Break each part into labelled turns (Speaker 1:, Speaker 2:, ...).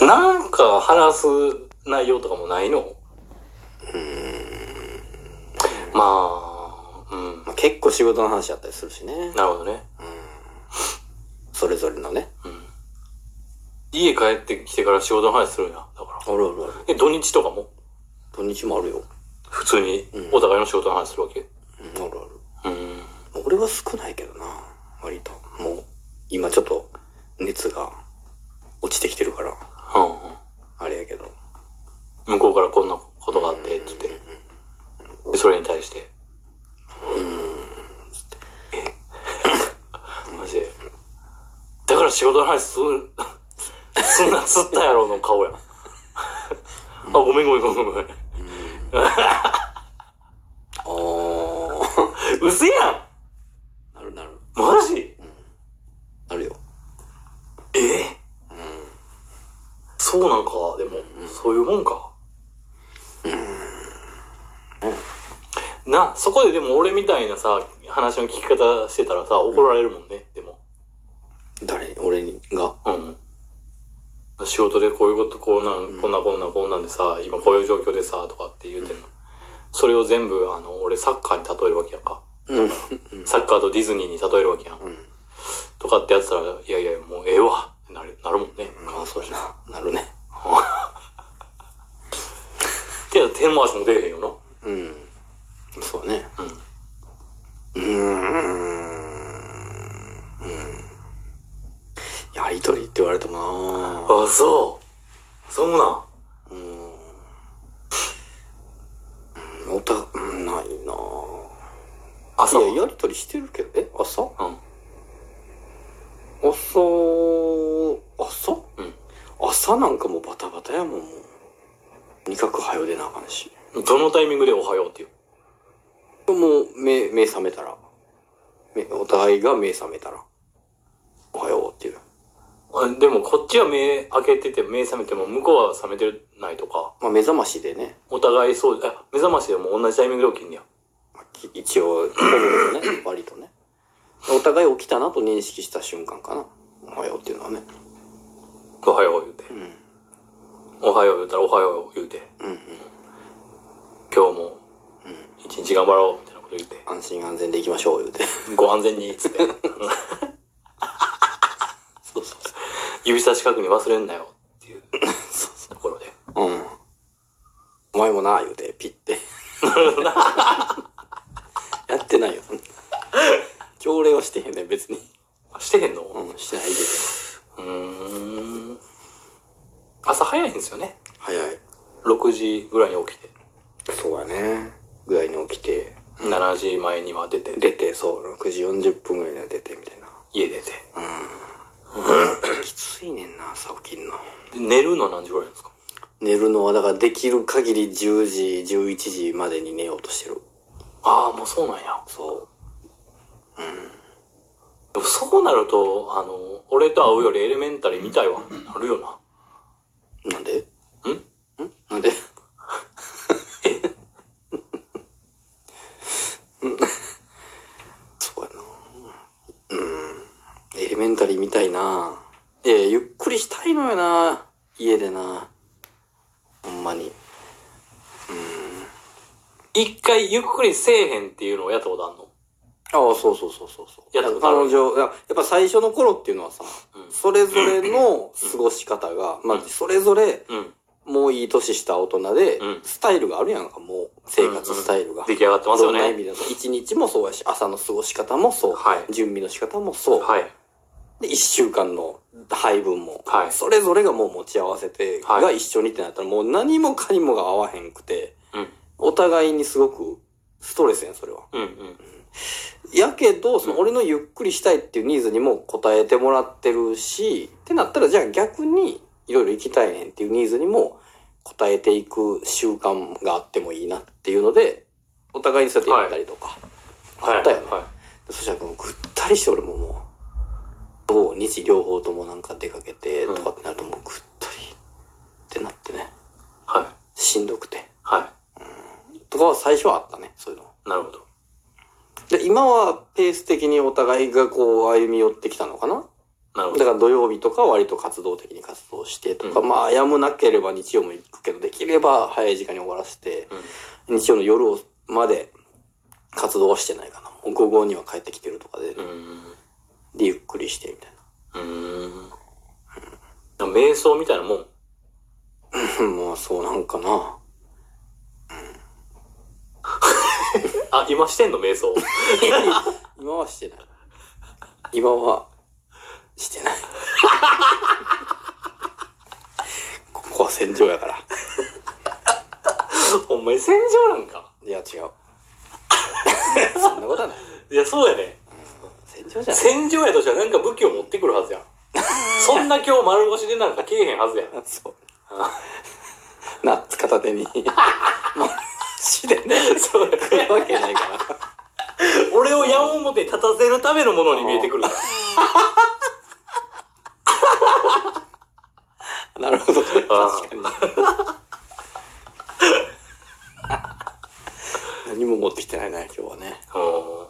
Speaker 1: なんか話す内容とかもないのまあ、うん。
Speaker 2: まあ、結構仕事の話あったりするしね。
Speaker 1: なるほどね。
Speaker 2: それぞれのね。
Speaker 1: 家帰ってきてから仕事の話するんや。だから。
Speaker 2: あるあるある。
Speaker 1: え、土日とかも
Speaker 2: 土日もあるよ。
Speaker 1: 普通にお互いの仕事の話するわけ。
Speaker 2: うん、あるある。
Speaker 1: うん。
Speaker 2: 俺は少ないけどな。割と。もう、今ちょっと熱が落ちてきてるから、
Speaker 1: う
Speaker 2: あれやけど。
Speaker 1: ん。向こうからこんなことがあって、つって。でそれに対して。うん。 マジで。だから仕事の話す ん、すんなつったやろの顔や。あ、ごめんごめんごめんごめん。
Speaker 2: ああ、
Speaker 1: うせやん
Speaker 2: なるなる。
Speaker 1: マジ
Speaker 2: なるよ。
Speaker 1: えそうなんか、でも、そういうもんか。な、そこででも俺みたいなさ、話の聞き方してたらさ、怒られるもんね、でも。
Speaker 2: 誰に俺にが
Speaker 1: うん。仕事でこういうこと、こうなん、こんなこんなこんなんでさ、今こういう状況でさ、とかって言うてんの。それを全部、あの、俺サッカーに例えるわけやんか。
Speaker 2: うん。
Speaker 1: サッカーとディズニーに例えるわけやん。
Speaker 2: ん
Speaker 1: とかってやってたら、いやいや、もうええわってなるなるもんね。
Speaker 2: ああ、そうやな。なるね。
Speaker 1: けど、手回しも出えへんよな。
Speaker 2: うん。そうね。うん。うん。やりとりって言われてもな
Speaker 1: あ、そう。そうなん。
Speaker 2: おた、うんないな
Speaker 1: 朝は
Speaker 2: いや、やりとりしてるけど、え朝
Speaker 1: うん。
Speaker 2: 朝、朝
Speaker 1: うん。
Speaker 2: 朝なんかもうバタバタやもん、もう。にかく早う出なあかんし。
Speaker 1: どのタイミングでおはようっていう。
Speaker 2: もう、目、目覚めたら。目お互いが目覚めたら。おはようっていう。
Speaker 1: あでも、こっちは目開けてて、目覚めても、向こうは覚めてないとか、
Speaker 2: まあ、目覚ましでね。
Speaker 1: お互いそう、あ、目覚ましでも同じタイミングで起きんねや。
Speaker 2: まあき一応、ほぼほぼ ね、割とね。お互い起きたなと認識した瞬間かな。おはようっていうのはね。
Speaker 1: おはよう言うて。おはよう言うたら、おはよう言うて。
Speaker 2: うんうん。
Speaker 1: 今日も、一日頑張ろう、みたいなこと言うて。
Speaker 2: 安心安全で行きましょう、言うて。
Speaker 1: ご安全に、つ って。
Speaker 2: そうそうそ
Speaker 1: 指差し確認忘れんなよ、って いうところで。
Speaker 2: う。うん。お前もな、言うて、ピッて。 やってないよ、そんな朝礼はしてへんね、別に。
Speaker 1: あしてへんのう
Speaker 2: うん、してないで。
Speaker 1: ーん。朝早いんですよね。
Speaker 2: 早い。
Speaker 1: 6時ぐらいに起きて。
Speaker 2: そうやね。ぐらいに起きて、
Speaker 1: 7時前には出て、
Speaker 2: 出て、そう、6時40分ぐらいには出て、みたいな。
Speaker 1: 家出て。
Speaker 2: きついねんな、朝起きんの。
Speaker 1: で寝るの何時ぐらいですか
Speaker 2: 寝るのは、だからできる限り10時、11時までに寝ようとしてる。
Speaker 1: ああ、もうそうなんや。
Speaker 2: そ
Speaker 1: でもそうなると、あの、俺と会うよりエレメンタリー見たいわ。なるよな。
Speaker 2: う。なんで
Speaker 1: ん
Speaker 2: んなんで うんそうやな。うん。エレメンタリーみたいな。いや、ゆっくりしたいのよな。家でな。ほんまに。
Speaker 1: 一回ゆっくりせえへんっていうのをやったことあんの
Speaker 2: ああ、そうそうそうそうそう。
Speaker 1: やったことある
Speaker 2: 彼女、いややっぱ最初の頃っていうのはさ、
Speaker 1: うん
Speaker 2: それぞれの過ごし方が、まあ、それぞれ、
Speaker 1: うん。
Speaker 2: もういい年した大人で
Speaker 1: うん、
Speaker 2: スタイルがあるやんか、もう、生活スタイルが。
Speaker 1: 出来上がってますよ
Speaker 2: どんな意
Speaker 1: ね。
Speaker 2: 味でも、一日もそうやし、朝の過ごし方もそう。
Speaker 1: はい
Speaker 2: 準備の仕方もそう。
Speaker 1: はい。
Speaker 2: で、一週間の配分も。
Speaker 1: はい
Speaker 2: それぞれがもう持ち合わせて、
Speaker 1: はい
Speaker 2: が一緒にってなったら、もう何もかにもが合わへんくて、
Speaker 1: うん。
Speaker 2: お互いにすごくストレスやん、それは。
Speaker 1: うんうん。
Speaker 2: やけど、その俺のゆっくりしたいっていうニーズにも応えてもらってるし、ってなったらじゃあ逆にいろいろ行きたいねんっていうニーズにも応えていく習慣があってもいいなっていうので、お互いにそうやってやったりとか。
Speaker 1: はい。
Speaker 2: あったよね
Speaker 1: は
Speaker 2: そしたらもうぐったりして俺ももう、土日両方ともなんか出かけてとかってなるともうぐったりってなってね、
Speaker 1: い。はい。
Speaker 2: しんどくて。
Speaker 1: は
Speaker 2: とかは最初はあったね、そういうの。
Speaker 1: い。なるほど。
Speaker 2: で、今はペース的にお互いがこう歩み寄ってきたのかな
Speaker 1: なるほ
Speaker 2: だから土曜日とかは割と活動的に活動してとか、
Speaker 1: うん
Speaker 2: まあやむなければ日曜も行くけど、できれば早い時間に終わらせて、日曜の夜をまで活動はしてないかな。もう午後には帰ってきてるとかで、
Speaker 1: うん。
Speaker 2: で、ゆっくりしてみたいな。
Speaker 1: うん。瞑想みたいなもん。
Speaker 2: うんまあそうなんかな。
Speaker 1: あ、今してんの瞑想。
Speaker 2: 今はしてない。今はしてない。 ここは戦場やから。
Speaker 1: お前戦場なんか。
Speaker 2: いや違う。 そんなことはない。
Speaker 1: いや、そうやね。
Speaker 2: 戦場じゃない。
Speaker 1: 戦場やとしたらなんか武器を持ってくるはずやん。そんな今日丸腰でなんかけえへんはずやん。
Speaker 2: あそう。ナッツ片手に。もう、死でね、
Speaker 1: そうや
Speaker 2: 来
Speaker 1: ね
Speaker 2: るわけないから。
Speaker 1: 俺を矢面に立たせるためのものに見えてくるから。
Speaker 2: なるほど。確
Speaker 1: あ
Speaker 2: かに。何も持ってきてないな、今日はね。
Speaker 1: うん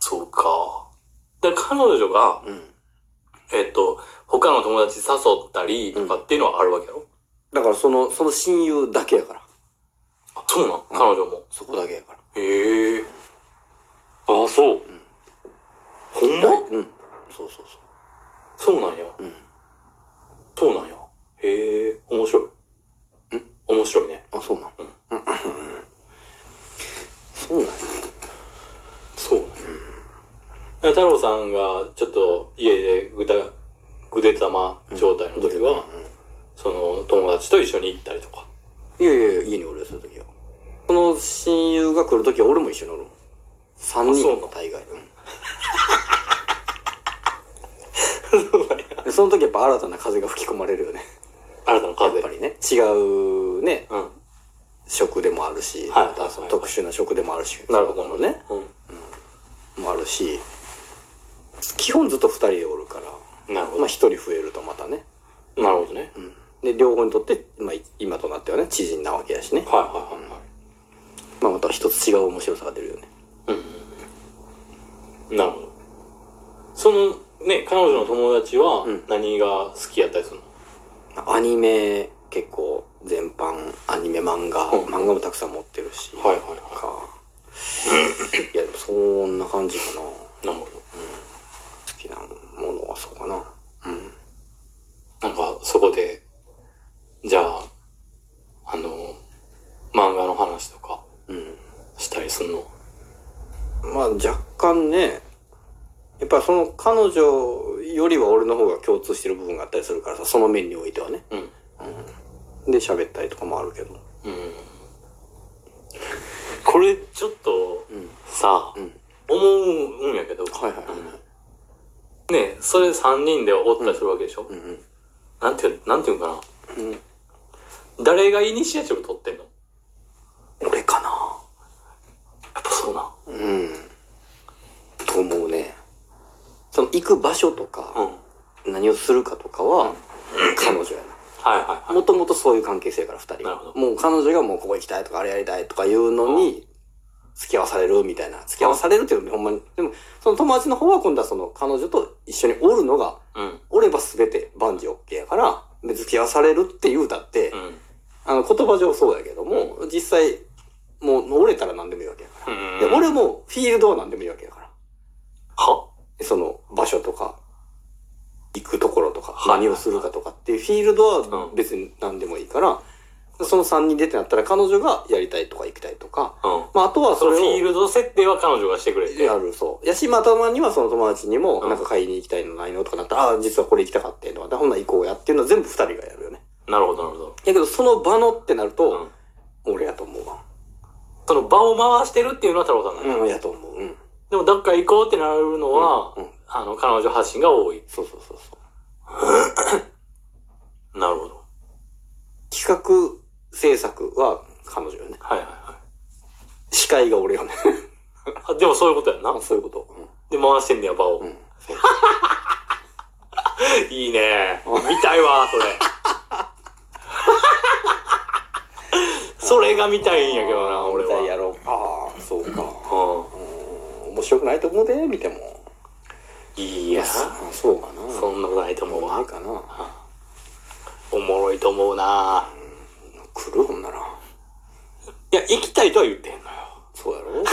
Speaker 1: そうか。で、彼女が、
Speaker 2: うん。
Speaker 1: えっと、他の友達誘ったりとかっていうのはあるわけやろ、
Speaker 2: だからその、その親友だけやから。
Speaker 1: あそうなん彼女も。
Speaker 2: そこだけやから。
Speaker 1: へえ。あ、そう。ほんま
Speaker 2: うん。そうそうそう。
Speaker 1: そうなんや。
Speaker 2: ん
Speaker 1: そうなんや。へえ、面白い。ん面白いね。
Speaker 2: あ、そうなん。そうなんや
Speaker 1: そうなんや。太郎さんがちょっと家でぐだ、ぐでたま状態の時は、その友達と一緒に行ったりと か。
Speaker 2: いやいやいや、家におるよ、そういう時は。この親友が来る時は俺も一緒におるもん。三
Speaker 1: あそう
Speaker 2: 人
Speaker 1: なの
Speaker 2: 大概。うん、でその時やっぱ新たな風が吹き込まれるよね。
Speaker 1: 新たな
Speaker 2: やっ
Speaker 1: 風。
Speaker 2: ぱりね。違うね、
Speaker 1: うん。
Speaker 2: 職でもあるし、
Speaker 1: はい
Speaker 2: またそ
Speaker 1: は
Speaker 2: の
Speaker 1: い
Speaker 2: 特殊な職でもあるし、
Speaker 1: なるほど
Speaker 2: このね、
Speaker 1: う
Speaker 2: もあるし、基本ずっと二人でおるから、
Speaker 1: ん。なるほ
Speaker 2: ま
Speaker 1: ど
Speaker 2: あ。一人増えるとまたね。
Speaker 1: なるほどね。
Speaker 2: うんで、両方にとって、まあ今となってはね、知人なわけだしね。
Speaker 1: はいはい
Speaker 2: まあまた一つ違う面白さが出るよね。
Speaker 1: はいはい。なるほど。その、ね、彼女の友達は
Speaker 2: うん
Speaker 1: 何が好きやったりするの、
Speaker 2: アニメ結構全般アニメ漫画、
Speaker 1: うん
Speaker 2: 漫画もたくさん持ってるし、
Speaker 1: はいはい
Speaker 2: な
Speaker 1: は
Speaker 2: んかいやでもそんな感じかな好
Speaker 1: い。なるほど。
Speaker 2: きなものはそうかなうん
Speaker 1: なんか、そこで、じゃあ、あの、漫画の話とか
Speaker 2: う
Speaker 1: したりすんの
Speaker 2: んまあ若干ねやっぱその彼女よりは俺の方が共通してる部分があったりするからさその面においてはね
Speaker 1: うん。
Speaker 2: で喋ったりとかもあるけど
Speaker 1: うん。これ、ちょっと、
Speaker 2: うん
Speaker 1: さ、
Speaker 2: うん
Speaker 1: 思うんやけど、
Speaker 2: はいはいはい
Speaker 1: ね、それ3人でおったりするわけでしょ、
Speaker 2: うんうん
Speaker 1: なんていう、なんていうんかな。
Speaker 2: うん
Speaker 1: 誰がイニシアチブ取ってんのや
Speaker 2: 俺かな
Speaker 1: っぱそうな。
Speaker 2: うんと思うねその行く場所とか、
Speaker 1: うん。はい
Speaker 2: 何をするかとかは彼女や
Speaker 1: はいは
Speaker 2: なもともとそういう関係性やから2人
Speaker 1: なる
Speaker 2: は
Speaker 1: ほど
Speaker 2: もう彼女がもうここ行きたいとかあれやりたいとか言うのに付き合わされるみたいな付き合わされるっていうのはほんまにでもその友達の方は今度はその彼女と一緒におるのが
Speaker 1: い。うん。
Speaker 2: おれば全て万事 OK やから別に付き合わされるって言うたって、
Speaker 1: うん。
Speaker 2: あの言葉上そうやけども、実際もう折れたら何でもいいわけやから、
Speaker 1: うん
Speaker 2: で俺もフィールドは何でもいいわけやから
Speaker 1: は
Speaker 2: その場所とか、行くところとか、
Speaker 1: はい
Speaker 2: 何をするかとかっていうフィールドは
Speaker 1: うん
Speaker 2: 別に何でもいいから、その3人でってなったら彼女がやりたいとか行きたいとか、
Speaker 1: うん。
Speaker 2: まああとはそ
Speaker 1: その
Speaker 2: れ
Speaker 1: フィー
Speaker 2: を
Speaker 1: ルド設定は彼女がしてくれて。
Speaker 2: やるそう。やし、まあたまにはその友達にも、
Speaker 1: うん
Speaker 2: なんか買いに行きたいのないのとかなったら、ああ、実はこれ行きたかったとか、でほんなら行こうやっていうのは全部2人がやるよね。
Speaker 1: なるほど、なるほど。
Speaker 2: やけどその場のってなる
Speaker 1: う
Speaker 2: と、
Speaker 1: ん。
Speaker 2: 俺やと思うわ。
Speaker 1: その場を回してるっていうのは太郎さんなの、
Speaker 2: うん、やと思う。うん。
Speaker 1: でも、どっか行こうってなるのは、
Speaker 2: うんうん
Speaker 1: あの、彼女発信が多い。
Speaker 2: そうそうそうそう。
Speaker 1: なるほど。
Speaker 2: 企画制作は彼女よね。
Speaker 1: はいはいはい。
Speaker 2: 司会が俺よね。
Speaker 1: あ、でもそういうことやんな。
Speaker 2: あそういうこと。うん
Speaker 1: で、回してんねや、場を。
Speaker 2: うん
Speaker 1: いいね。見たいわ、 それ。それが見たいんやけどな、俺
Speaker 2: みたいや
Speaker 1: は。
Speaker 2: ろうかそうか
Speaker 1: うん
Speaker 2: 面白くないと思うで見ても
Speaker 1: いや、そ
Speaker 2: あそうかな。
Speaker 1: んなことないと思う
Speaker 2: ない
Speaker 1: わ。
Speaker 2: かな。
Speaker 1: おもろいと思うな
Speaker 2: 来るほんなら。
Speaker 1: いや、行きたいとは言ってんのよ。
Speaker 2: そうやろ